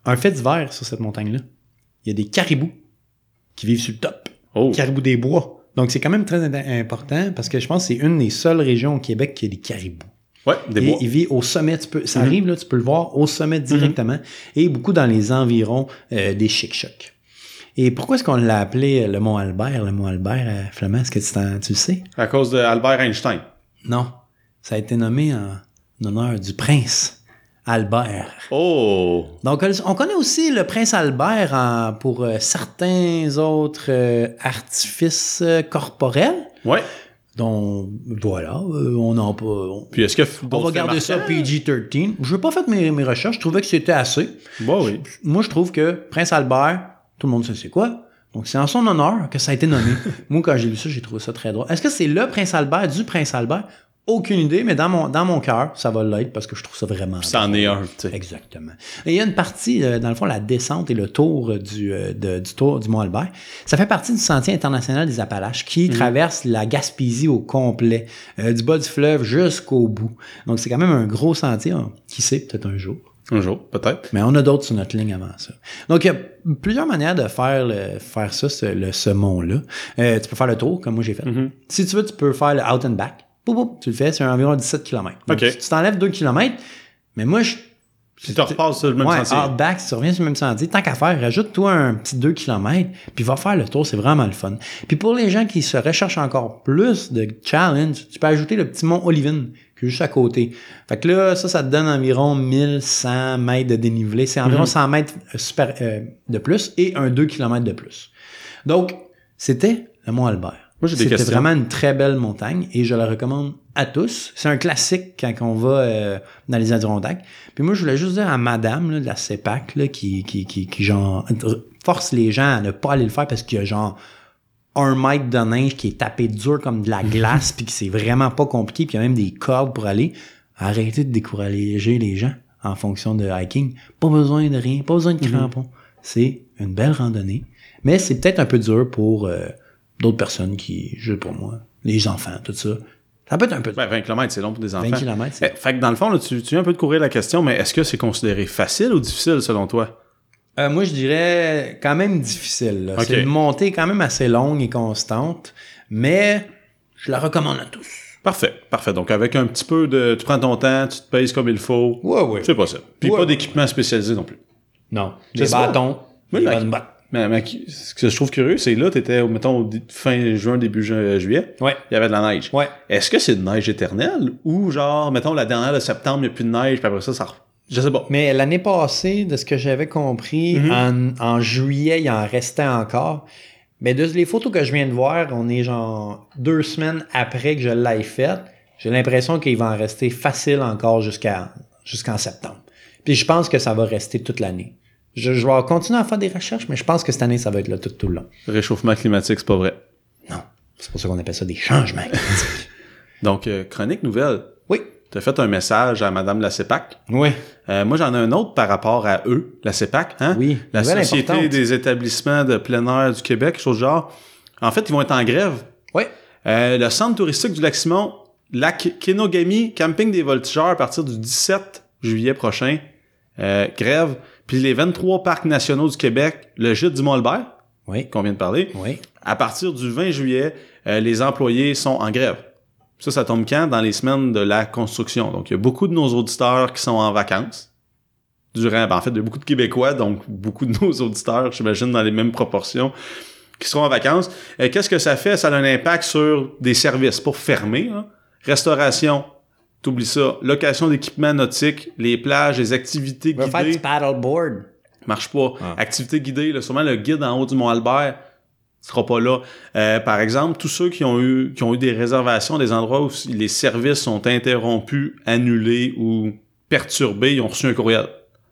un fait divers sur cette montagne-là. Il y a des caribous qui vivent sur le top. Oh. Caribous des bois. Donc, c'est quand même très in- important parce que je pense que c'est une des seules régions au Québec qui a des caribous. Ouais, des Et bois. Mm-hmm. il vit au sommet. Tu peux, ça Mhm. arrive, là, tu peux le voir au sommet directement et beaucoup dans les environs euh, des Chic-Chocs. Et pourquoi est-ce qu'on l'a appelé euh, le Mont Albert, le Mont Albert euh, flamand? Est-ce que tu, t'en- tu le sais? À cause d'Albert Einstein. Non. Ça a été nommé en honneur du prince Albert. Oh. Donc, on connaît aussi le prince Albert en- pour euh, certains autres euh, artifices euh, corporels. Ouais. Donc, voilà, euh, on en peut. On, Puis est-ce que. on va garder ça PG-13. Je n'ai pas fait mes, mes recherches, je trouvais que c'était assez. Bah oui. Moi, je trouve que Prince Albert, tout le monde sait c'est quoi. Donc, c'est en son honneur que ça a été <laughs> nommé. Moi, quand j'ai lu ça, j'ai trouvé ça très drôle. Est-ce que c'est le Prince Albert du Prince Albert? Aucune idée, mais dans mon, dans mon cœur, ça va l'être parce que je trouve ça vraiment. Puis c'en est un, tu sais. Exactement. Et il y a une partie, euh, dans le fond, la descente et le tour euh, du, euh, de- du tour du Mont Albert. Ça fait partie du sentier international des Appalaches qui Mhm. traverse la Gaspésie au complet, euh, du bas du fleuve jusqu'au bout. Donc, c'est quand même un gros sentier, hein. qui sait, peut-être un jour. Un jour, peut-être. Mais on a d'autres sur notre ligne avant ça. Donc, il y a plusieurs manières de faire, le- faire ça, ce, le- ce mont-là. Euh, tu peux faire le tour, comme moi j'ai fait. Mhm. Si tu veux, tu peux faire le out and back. Boum, boum, tu le fais, c'est environ 17 km. Donc, OK. tu tu t'enlèves 2 km, mais moi, je. Puis tu repasses sur le même ouais, ah. sentier. outback, si tu reviens sur le même sentier, tant qu'à faire, rajoute-toi un petit 2 km, puis va faire le tour, c'est vraiment le fun. Puis pour les gens qui se recherchent encore plus de challenge, tu peux ajouter le petit mont Olivine, qui est juste à côté. Fait que là, ça, ça te donne environ 1100 mètres de dénivelé. C'est Mhm. environ 100 mètres euh, super, euh, de plus et un 2 km de plus. Donc, c'était le Mont Albert. Moi, j'ai des C'était questions. vraiment une très belle montagne et je la recommande à tous. C'est un classique quand on va euh, dans les Adirondacks. Puis moi, je voulais juste dire à madame là, de la CEPAC là, qui, qui, qui, qui, genre, force les gens à ne pas aller le faire parce qu'il y a genre un mètre de neige qui est tapé dur comme de la glace puis que c'est vraiment pas compliqué puis il y a même des cordes pour aller. Arrêtez de décourager les gens en fonction de hiking. Pas besoin de rien, pas besoin de crampons. C'est une belle randonnée, mais c'est peut-être un peu dur pour euh, d'autres personnes qui, je sais pas moi, les enfants, tout ça. Ça peut être un peu dur. Ben, 20 km, c'est long pour des enfants. 20 km, Eh, fait que dans le fond, là, tu, tu viens un peu de courir la question, mais est-ce que c'est considéré facile ou difficile selon toi? Euh, moi, je dirais quand même difficile. là. Ok. C'est une montée quand même assez longue et constante, mais je la recommande à tous. Parfait, parfait. Donc avec un petit peu de. Tu prends ton temps, tu te pèses comme il faut. Ouais, ouais. C'est possible. Puis Ouais. pas d'équipement spécialisé non plus. Non. Je Des sais pas. bâtons, Oui, des la- bonnes bottes. Mais, mais qui- ce que je trouve curieux, c'est là, tu étais, mettons, au dé- fin juin, début ju- euh, juillet, Ouais. il y avait de la neige. Ouais. Est-ce que c'est de neige éternelle ou genre, mettons, la dernière de septembre, il n'y a plus de neige, puis après ça, ça. re- Je sais pas. Mais l'année passée, de ce que j'avais compris, Mm-hmm. en, en juillet, il en restait encore. Mais de les photos que je viens de voir, on est genre deux semaines après que je l'aille faite. J'ai l'impression qu'il va en rester facile encore jusqu'à jusqu'en septembre. Puis je pense que ça va rester toute l'année. Je, je vais continuer à faire des recherches, mais je pense que cette année, ça va être là tout, tout le long. Réchauffement climatique, c'est pas vrai. Non. C'est pour ça qu'on appelle ça des changements climatiques. Donc, euh, chronique nouvelle. oui. Tu as fait un message à Madame la CEPAC. Oui. Euh, moi, j'en ai un autre par rapport à eux, la CEPAC, hein? Oui, La nouvelle Société importante. des établissements de plein air du Québec, chose du genre. En fait, ils vont être en grève. Oui. Euh, le centre touristique du lac Simon, lac Kenogami, camping des voltigeurs à partir du 17 juillet prochain. Euh, grève. Puis les 23 parcs nationaux du Québec, le gîte du Mont-Albert, Oui. qu'on vient de parler, Oui. à partir du 20 juillet, euh, les employés sont en grève. Ça, ça tombe quand? Dans les semaines de la construction. Donc, il y a beaucoup de nos auditeurs qui sont en vacances. Durant, ben, en fait, il y a beaucoup de Québécois, donc beaucoup de <laughs> nos auditeurs, j'imagine, dans les mêmes proportions, qui seront en vacances. Euh, Qu'est-ce que ça fait? Ça a un impact sur des services pour fermer. hein. Restauration, t'oublies ça. Location d'équipements nautiques, les plages, les activités On va faire du guidées. paddleboard. Marche pas. Ah. Activité guidée, là, sûrement le guide en haut du Mont Albert sera pas là. Euh, par exemple, tous ceux qui ont eu qui ont eu des réservations des endroits où les services sont interrompus, annulés ou perturbés, ils ont reçu un courriel.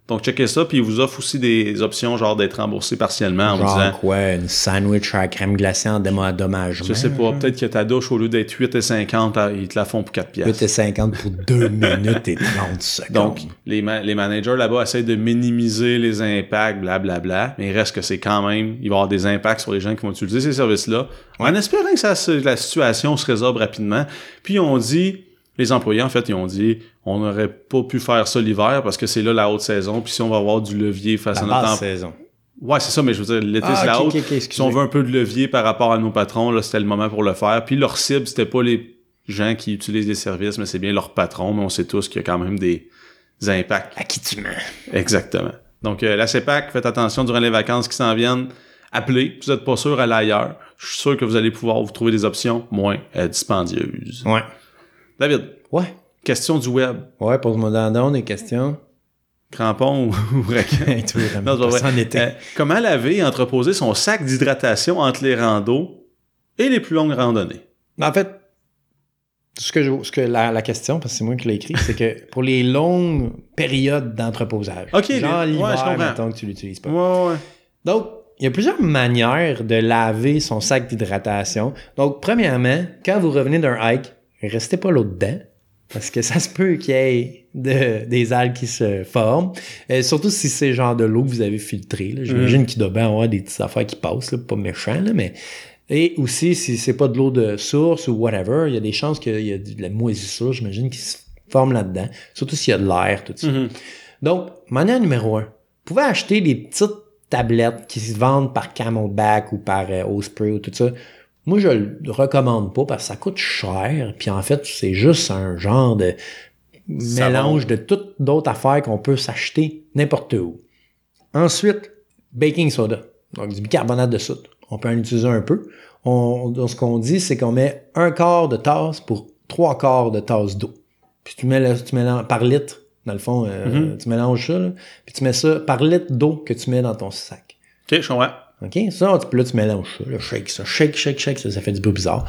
Donc checkez ça, puis ils vous offrent aussi des options genre d'être remboursé partiellement en vous disant Genre quoi, une sandwich à la crème glacée en dédommagement. je sais pas, peut-être que ta douche au lieu d'être 8 et 50, ils te la font pour 4 pièces. 8,50 pour 2 <laughs> minutes et 30 secondes. Donc, les, ma- les managers là-bas essaient de minimiser les impacts, blablabla, mais il reste que c'est quand même, il va y avoir des impacts sur les gens qui vont utiliser ces services-là, en espérant que ça se- la situation se résorbe rapidement. Puis on dit, les employés, en fait, ils ont dit, on n'aurait pas pu faire ça l'hiver parce que c'est là la haute saison, puis si on va avoir du levier face la à notre basse emploi. saison. Ouais, c'est ça, mais je veux dire, l'été, Ah, c'est la ok, haute. ok, ok, si on excusez. veut un peu de levier par rapport à nos patrons, là, c'était le moment pour le faire. Puis leur cible, c'était pas les gens qui utilisent des services, mais c'est bien leur patron, mais on sait tous qu'il y a quand même des des impacts. À qui tu mens? Exactement. Donc, euh, la CEPAC, faites attention durant les vacances qui s'en viennent. Appelez. Vous n'êtes pas sûr, allez ailleurs. Je suis sûr que vous allez pouvoir vous trouver des options moins euh, dispendieuses. Ouais. David, Ouais. question du web. Ouais, pose-moi dans dans des questions. Crampon <laughs> ou ou raquette? Hey, toi, <laughs> Non, c'est pas vraiment, vrai. ça en était. Euh, comment laver et entreposer son sac d'hydratation entre les randos et les plus longues randonnées? Mais En fait, ce que, je- ce que la, la question, parce que c'est moi qui l'ai écrit, c'est que pour les longues périodes d'entreposage, Ok, genre les- ouais, je l'hiver, comprends. mettons que tu l'utilises pas. Ouais, ouais. Donc, il y a plusieurs manières de laver son sac d'hydratation. Donc, premièrement, quand vous revenez d'un hike, restez pas l'eau dedans. Parce que ça se peut qu'il y ait de- des algues qui se forment. Euh, surtout si c'est genre de l'eau que vous avez filtrée. là. J'imagine qu'il doit bien avoir des petites affaires qui passent, là, pas méchant, là, mais. Et aussi, si c'est pas de l'eau de source ou whatever, il y a des chances qu'il y ait de la moisissure, j'imagine, qui se forme là-dedans. Surtout s'il y a de l'air, tout ça. Mhm. Donc, manière numéro un, vous pouvez acheter des petites tablettes qui se vendent par Camelback ou par euh, Osprey ou tout ça. Moi, je le recommande pas parce que ça coûte cher. Puis en fait, c'est juste un genre de Savon. mélange de toutes d'autres affaires qu'on peut s'acheter n'importe où. Ensuite, baking soda, donc du bicarbonate de soude. On peut en utiliser un peu. On- on- ce qu'on dit, c'est qu'on met un quart de tasse pour trois quarts de tasse d'eau. Puis tu mets le- tu mélanges par litre, dans le fond, euh, Mhm. tu mélanges ça, là. puis tu mets ça par litre d'eau que tu mets dans ton sac. OK, je comprends. OK? Ça, tu, puis là, tu mélanges ça, là, shake ça, shake, shake, shake, ça, ça fait du bruit bizarre.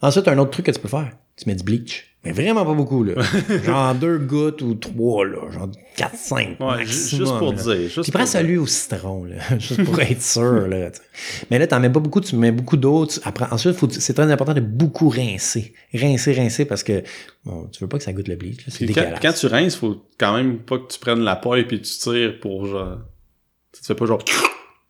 Ensuite, un autre truc que tu peux faire, tu mets du bleach. Mais vraiment pas beaucoup, là. <laughs> genre deux gouttes ou trois, là. Genre quatre, cinq. Ouais, ju- maximum, juste là. pour dire. Juste Puis pour prends dire. celui au citron, là, <laughs> juste pour être sûr. Là, tu sais. Mais là, t'en mets pas beaucoup, tu mets beaucoup d'eau. tu- après- Ensuite, faut- c'est très important de beaucoup rincer. Rincer, rincer, parce que bon, tu veux pas que ça goûte le bleach. là, C'est Puis quand, dégueulasse. quand tu rinces, faut quand même pas que tu prennes la paille puis tu tires pour genre. Tu te fais pas genre.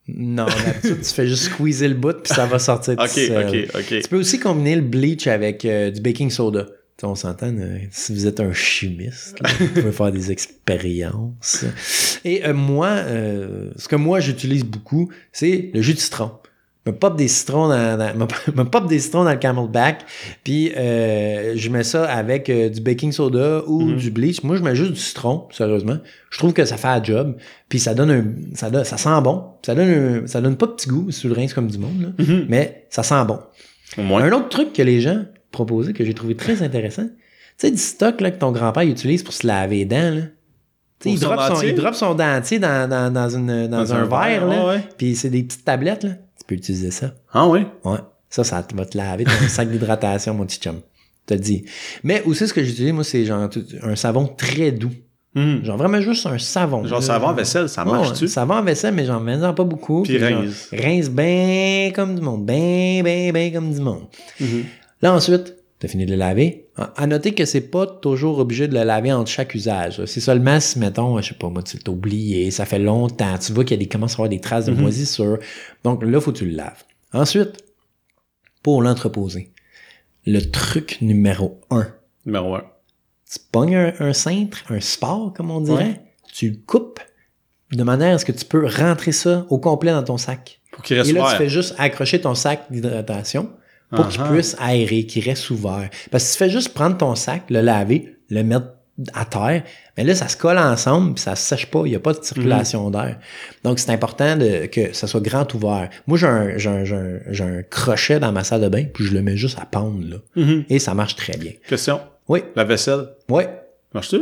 Non, d'habitude, tu fais juste squeezer le bout, puis ça va sortir tout <laughs> OK, seul. OK, OK. Tu peux aussi combiner le bleach avec euh, du baking soda. Tu sais, On s'entend, euh, si vous êtes un chimiste, là, vous pouvez faire des expériences. Et euh, moi, euh, ce que moi j'utilise beaucoup, c'est le jus de citron. Je me pop des citrons dans, dans- me- me pop des citrons dans le camelback, puis euh, je mets ça avec euh, du baking soda ou Mhm. du bleach. Moi, je mets juste du citron, sérieusement. Je trouve que ça fait un job, puis ça donne un, ça, donne- ça sent bon. Ça donne, un- ça donne pas de petit goût si tu le rinces comme du monde, là, Mhm. mais ça sent bon. Au moins. Un autre truc que les gens proposaient que j'ai trouvé très intéressant, tu sais, du stock là, que ton grand-père utilise pour se laver les dents. Là. Tu sais, Ou Il, son drop son, dentier. il drop son dentier dans, dans, dans une, dans un, verre, là, ouais, ouais. puis c'est des petites tablettes. Là. Tu peux utiliser ça. Ah ouais. Ouais. Ça, ça te- va te laver ton sac d'hydratation, mon petit chum. Je te le dis. Mais aussi, ce que j'utilise, moi, c'est genre tout- un savon très doux. Mhm. Genre vraiment juste un savon. Genre là. savon à vaisselle, ça Ouais, marche-tu? ouais, Savon à vaisselle, mais j'en mets-en pas beaucoup. Puis genre, rince. Rince bien comme du monde. Ben, ben, ben comme du monde. Mhm. Là, ensuite, t'as fini de le laver. À- À noter que c'est pas toujours obligé de le laver entre chaque usage. C'est seulement si, mettons, je sais pas, moi, tu t'as oublié, ça fait longtemps, tu vois qu'il y a des, commence à avoir des traces de Mhm. moisissure. Donc là, faut que tu le laves. Ensuite, pour l'entreposer, le truc numéro un. Numéro un. Tu pognes un, un cintre, un sport, comme on dirait, tu le coupes, de manière à ce que tu peux rentrer ça au complet dans ton sac. Pour qu'il reste Et là, ouvert. tu fais juste accrocher ton sac d'hydratation pour qu'il Uh-huh. puisse aérer, qu'il reste ouvert. Parce que si tu fais juste prendre ton sac, le laver, le mettre à terre, mais là, ça se colle ensemble, puis ça se sèche pas, il n'y a pas de Mm-hmm. circulation d'air. Donc, c'est important de, que ça soit grand ouvert. Moi, j'ai un, j'ai un- j'ai un- j'ai un crochet dans ma salle de bain, puis je le mets juste à pendre, là. Mhm. Et ça marche très bien. Question. Oui, La vaisselle, oui. marche-tu?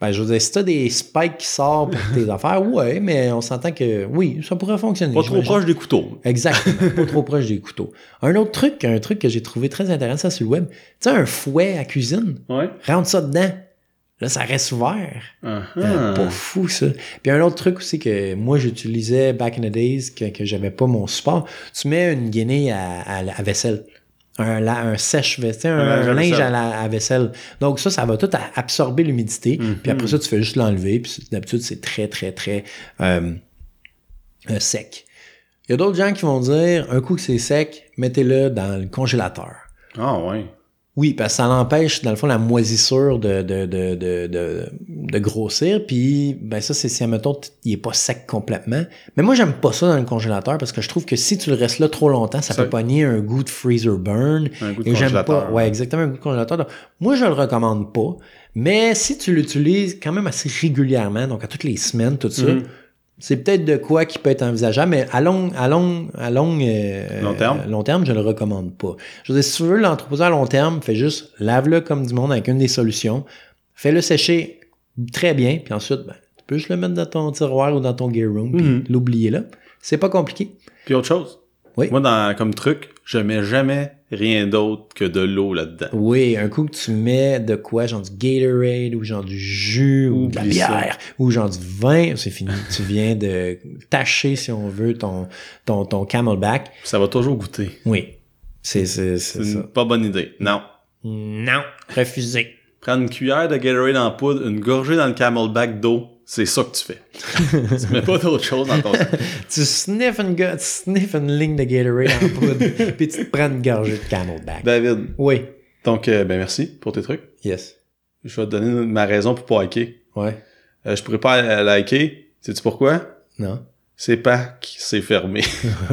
Ben, je veux dire, si t'as des spikes qui sortent pour tes <laughs> affaires, ouais, mais on s'entend que oui, ça pourrait fonctionner. Pas trop j'imagine. proche des couteaux. Exactement, pas trop proche des couteaux. Un autre truc, un truc que j'ai trouvé très intéressant sur le web, tu sais, un fouet à cuisine, Ouais. rentre ça dedans. Là, ça reste ouvert. Euh, Uh-huh. Pas fou, ça. Puis un autre truc aussi que moi, j'utilisais back in the days, que, que j'avais pas mon support, tu mets une guinée à, à la- à vaisselle. Un, la- un sèche vaisselle, un, Un linge à un linge vaisselle. à, la, à vaisselle. Donc ça, ça va tout a- absorber l'humidité. Mhm. Puis après ça, tu fais juste l'enlever. Puis c'est- d'habitude, c'est très, très, très euh, euh, sec. Il y a d'autres gens qui vont dire, un coup que c'est sec, mettez-le dans le congélateur. Ah ouais. Oui, parce que ça l'empêche, dans le fond, la moisissure de, de, de, de, de, de grossir. Puis, ben ça, c'est si, admettons, t- il est pas sec complètement. Mais moi, j'aime pas ça dans le congélateur parce que je trouve que si tu le restes là trop longtemps, ça, Ça- peut pogner un goût de freezer burn. Un goût de Et j'aime pas. congélateur. Ouais, exactement, un goût de congélateur. Donc, moi, je le recommande pas. Mais si tu l'utilises quand même assez régulièrement, donc à toutes les semaines, tout ça, Mhm. c'est peut-être de quoi qui peut être envisageable, mais à long, à long, à long, euh, Long terme. euh, long terme, je ne le recommande pas. Je veux dire, si tu veux l'entreposer à long terme, fais juste lave-le comme du monde avec une des solutions, fais-le sécher très bien, puis ensuite, ben, tu peux juste le mettre dans ton tiroir ou dans ton gear room, puis Mhm. l'oublier là. C'est pas compliqué. Puis autre chose. Oui. Moi, dans, comme truc, je mets jamais rien d'autre que de l'eau là-dedans. Oui, un coup que tu mets de quoi, genre du Gatorade ou genre du jus ou de la Oublie ça. bière ou genre du vin, c'est fini. tu viens de tâcher, si on veut, ton, ton, ton camelback. Ça va toujours goûter. Oui. C'est c'est- c'est C'est ça. une pas bonne idée. Non. Non, refusé. Prendre une cuillère de Gatorade en poudre, une gorgée dans le camelback d'eau, c'est ça que tu <laughs> fais. tu mets pas d'autre chose dans ton sac. Tu sniffes une, go- tu sniffes une ligne de Gatorade en <laughs> poudre, puis tu te prends une gorgée de Camelback. David, Oui. donc, euh, ben merci pour tes trucs. Yes. Je vais te donner ma raison pour pas liker. Ouais. Euh, je pourrais pas euh, liker. Sais-tu pourquoi? Non. C'est Pâques, c'est fermé. <laughs>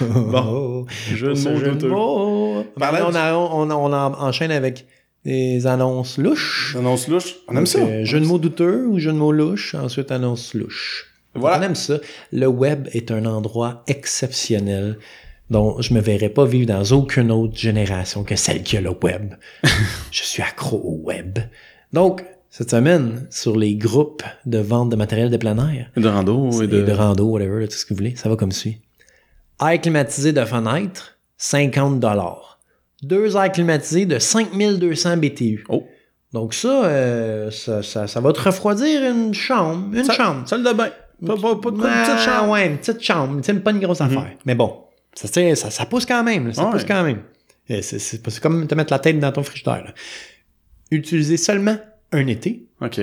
bon. <laughs> Jeu Pour de ce mots jeu de douteux. mots. Parlant Maintenant, on, du- a- on, on en- enchaîne avec des annonces louches. Annonce louche. On Donc, euh, jeu de mots douteux ou jeu de mots louche, ensuite annonce louche. On Voilà. aime ça. Le web est un endroit exceptionnel dont je me verrais pas vivre dans aucune autre génération que celle qui a le <laughs> web. je suis accro au web. Donc, cette semaine, sur les groupes de vente de matériel de plein air, De rando et et de de... rando, whatever, là, tout ce que vous voulez, ça va comme suit. Air climatisé de fenêtre, 50 Deux airs climatisés de 5200 BTU. Oh. Donc ça, euh, ça, ça, ça va te refroidir une chambre, une Sa- chambre. Salle de bain. Pas, pas, pas de Ah, petite chambre. Mhm. Ouais, une petite chambre. Tu sais, pas une grosse affaire. Mais bon, ça, tu sais, ça, ça pousse quand même. là, ça Ouais. pousse quand même. Et C'est c'est pas- c'est comme te mettre la tête dans ton frigidaire. là. Utiliser seulement un été. OK.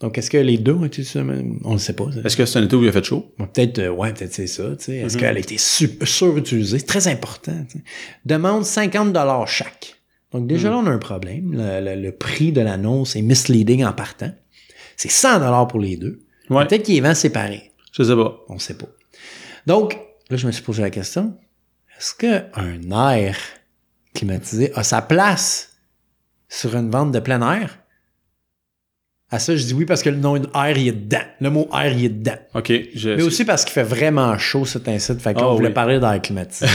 Donc, est-ce que les deux ont été seulement... On ne sait pas. ça. Est-ce que Mhm. c'est un été où il a fait chaud? Bon, peut-être, euh, ouais, peut-être c'est ça. tu sais. Est-ce qu'elle a été su- surutilisée? C'est très important. tu sais. Demande 50 chaque. Donc, Mhm. déjà là, on a un problème. Le, le- le prix de l'annonce est misleading en partant. C'est 100 pour les deux. Ouais. Peut-être qu'il est vend séparé. Je sais pas. On sait pas. Donc, là, je me suis posé la question, est-ce qu'un air climatisé a sa place sur une vente de plein air? À ça, je dis oui parce que le nom air, il est dedans. Le mot air, il est dedans. OK. Je... Mais aussi parce qu'il fait vraiment chaud cet incite. Fait qu'on Ah, voulait oui. parler d'air <laughs> climatisé.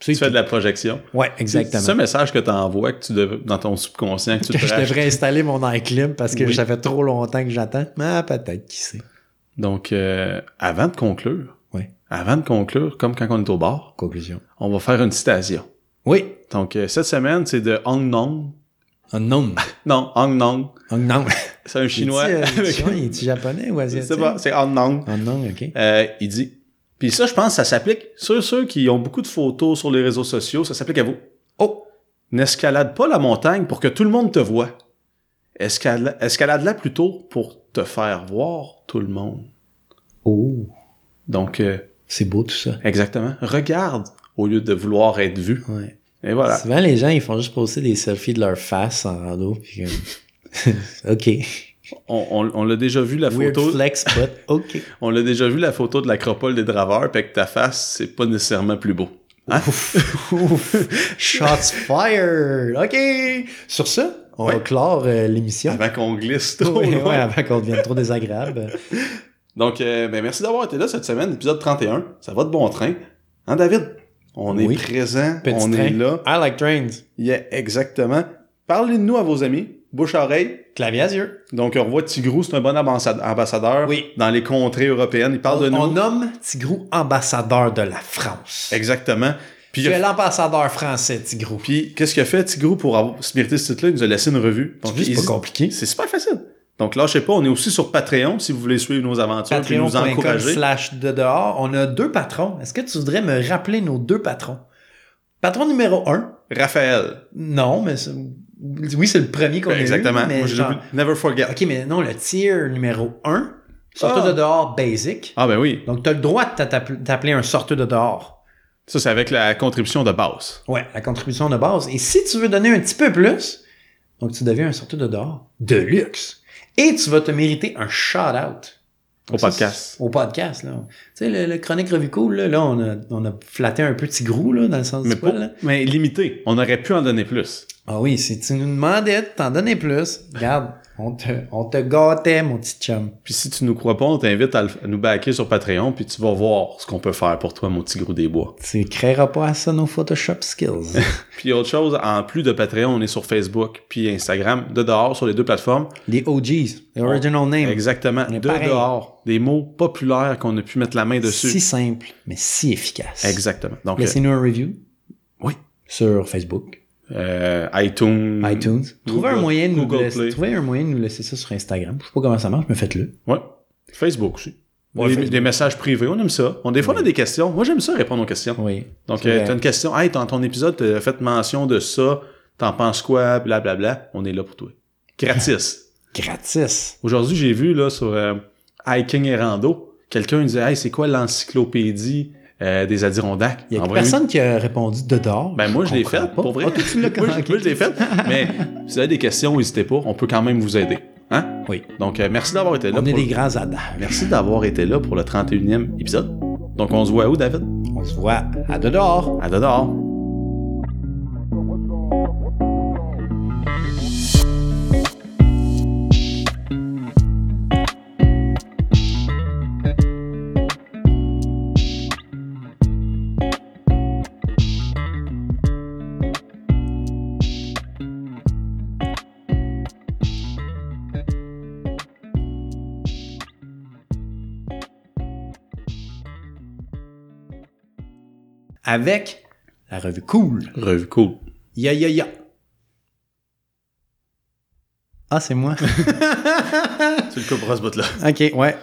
Tu fais de la projection. Ouais, <laughs> C'est un exactement. message que tu envoies que tu dev- dans ton subconscient <laughs> que tu Que je te devrais installer mon air clim parce que Oui. ça fait trop longtemps que j'attends. Mais peut-être, qui sait. Donc, euh, avant de conclure, Ouais. avant de conclure, comme quand on est au bar, Conclusion. on va faire une citation. Oui. Donc, euh, cette semaine, c'est de Hong Nong. Un nom. Non, Hong Nong. Un nom. C'est un <laughs> chinois. <laughs> Il est-tu, euh, avec- chinois, il est-tu japonais ou Je asiatique? sais pas, c'est Hong Nong. Ah non, ok. Euh, il dit. Puis ça, je pense que ça s'applique sur ceux qui ont beaucoup de photos sur les réseaux sociaux, ça s'applique à vous. Oh! N'escalade pas la montagne pour que tout le monde te voie. Escala- Escalade-la plutôt pour te faire voir tout le monde. Oh! Donc, euh, C'est beau tout ça. exactement. Regarde au lieu de vouloir être vu. Ouais. Et voilà. Souvent, les gens, ils font juste poster des selfies de leur face en rando. Puis, comme, <laughs> OK. On, on- on l'a déjà vu la Weird photo. flex, but OK. On l'a déjà vu la photo de l'acropole des draveurs, puis que ta face, c'est pas nécessairement plus beau. Hein? Ouf. <laughs> Shots fired. OK. Sur ça, on va Ouais. clore euh, l'émission. Avant qu'on glisse <laughs> trop Ouais, loin. ouais, avant qu'on devienne trop désagréable. Donc, euh, ben, merci d'avoir été là cette semaine, épisode 31. Ça va de bon train. Hein, David? On Oui. est présent, Petit on train. est là. I like trains. Yeah, exactement. Parlez de nous à vos amis, bouche à oreille. Clavier à yeux. Donc, on revoit Tigrou, c'est un bon ambassade- ambassadeur Oui. dans les contrées européennes. Il parle de On, nous. on nomme Tigrou ambassadeur de la France. Exactement. Puis, Tu es l'ambassadeur français, Tigrou. puis qu'est-ce qu'il a fait, Tigrou, pour avoir, se mériter ce titre-là? Il nous a laissé une revue. Tu Donc, vis, il- c'est pas compliqué. C'est super facile. Donc là, je sais pas, on est aussi sur Patreon si vous voulez suivre nos aventures et nous Patreon.com encourager. slash de dehors. On a deux patrons. Est-ce que tu voudrais me rappeler nos deux patrons? Patron numéro un. Raphaël. Non, mais c'est- oui, c'est le premier qu'on a eu, Ben, exactement. mais Moi, je genre- l'oublie. Never forget. OK, mais non, le tier numéro 1, sorteur Ah. de dehors basic. Ah ben oui. Donc, tu as le droit de t'app- t'appeler un sorteur de dehors. Ça, c'est avec la contribution de base. Ouais, la contribution de base. Et si tu veux donner un petit peu plus, donc tu deviens un sorteur de dehors de luxe. Et tu vas te mériter un shout-out. Au podcast. Au podcast, là. Tu sais, le, le chronique revue cool, là, là, on, a, on a flatté un petit grou, là, dans le sens Mais, du poil, pas- là. mais limité. On aurait pu en donner plus. Ah oui, si tu nous demandais de t'en donner plus, regarde, on te, on te gâtait, mon petit chum. Puis si tu nous crois pas, on t'invite à, le- à nous backer sur Patreon, puis tu vas voir ce qu'on peut faire pour toi, mon petit gros des bois. Tu créeras pas à ça nos Photoshop <laughs> skills. Puis autre chose, en plus de Patreon, on est sur Facebook puis Instagram, de dehors sur les deux plateformes. les OGs, les original names. Exactement, On est de pareil. dehors, des mots populaires qu'on a pu mettre la main dessus. Si simple, mais si efficace. Exactement. Donc euh, Laissez-nous un review. Oui. Sur Facebook, euh, iTunes. iTunes. Trouvez un, Google- moyen de nous Google laisser, Play. trouvez un moyen de nous laisser ça sur Instagram. Je sais pas comment ça marche, mais faites-le. Ouais. Facebook aussi. Ouais, des, Facebook. des messages privés, on aime ça. On, des fois, on a des questions. Moi, j'aime ça répondre aux questions. Oui. Donc, C'est euh, vrai. t'as une question. Hey, dans ton épisode, t'as fait mention de ça. T'en penses quoi? Blablabla. On est là pour toi. Gratis. <laughs> Gratis. Aujourd'hui, j'ai vu là sur euh, Hiking et Rando, quelqu'un nous disait Hey, c'est quoi l'encyclopédie euh, des Adirondacks? Il y a Envoyez-nous- personne qui a répondu de dehors. Ben moi je l'ai comprends faite, pas. pour vrai. Ah, toi, tu l'as <laughs> moi, je- moi, je l'ai faite. Mais si vous avez des questions, n'hésitez pas, on peut quand même vous aider. Hein? Oui. Donc euh, merci d'avoir été là. On est pour- des grands adages. Merci d'avoir été là pour le 31e épisode. Donc on se voit où, David? On se voit à de dehors. À dehors! Avec la revue cool. Revue cool. Ya ya ya. Ah, c'est moi. Ah, Tu le couperas ce bout-là. <laughs> OK, ouais.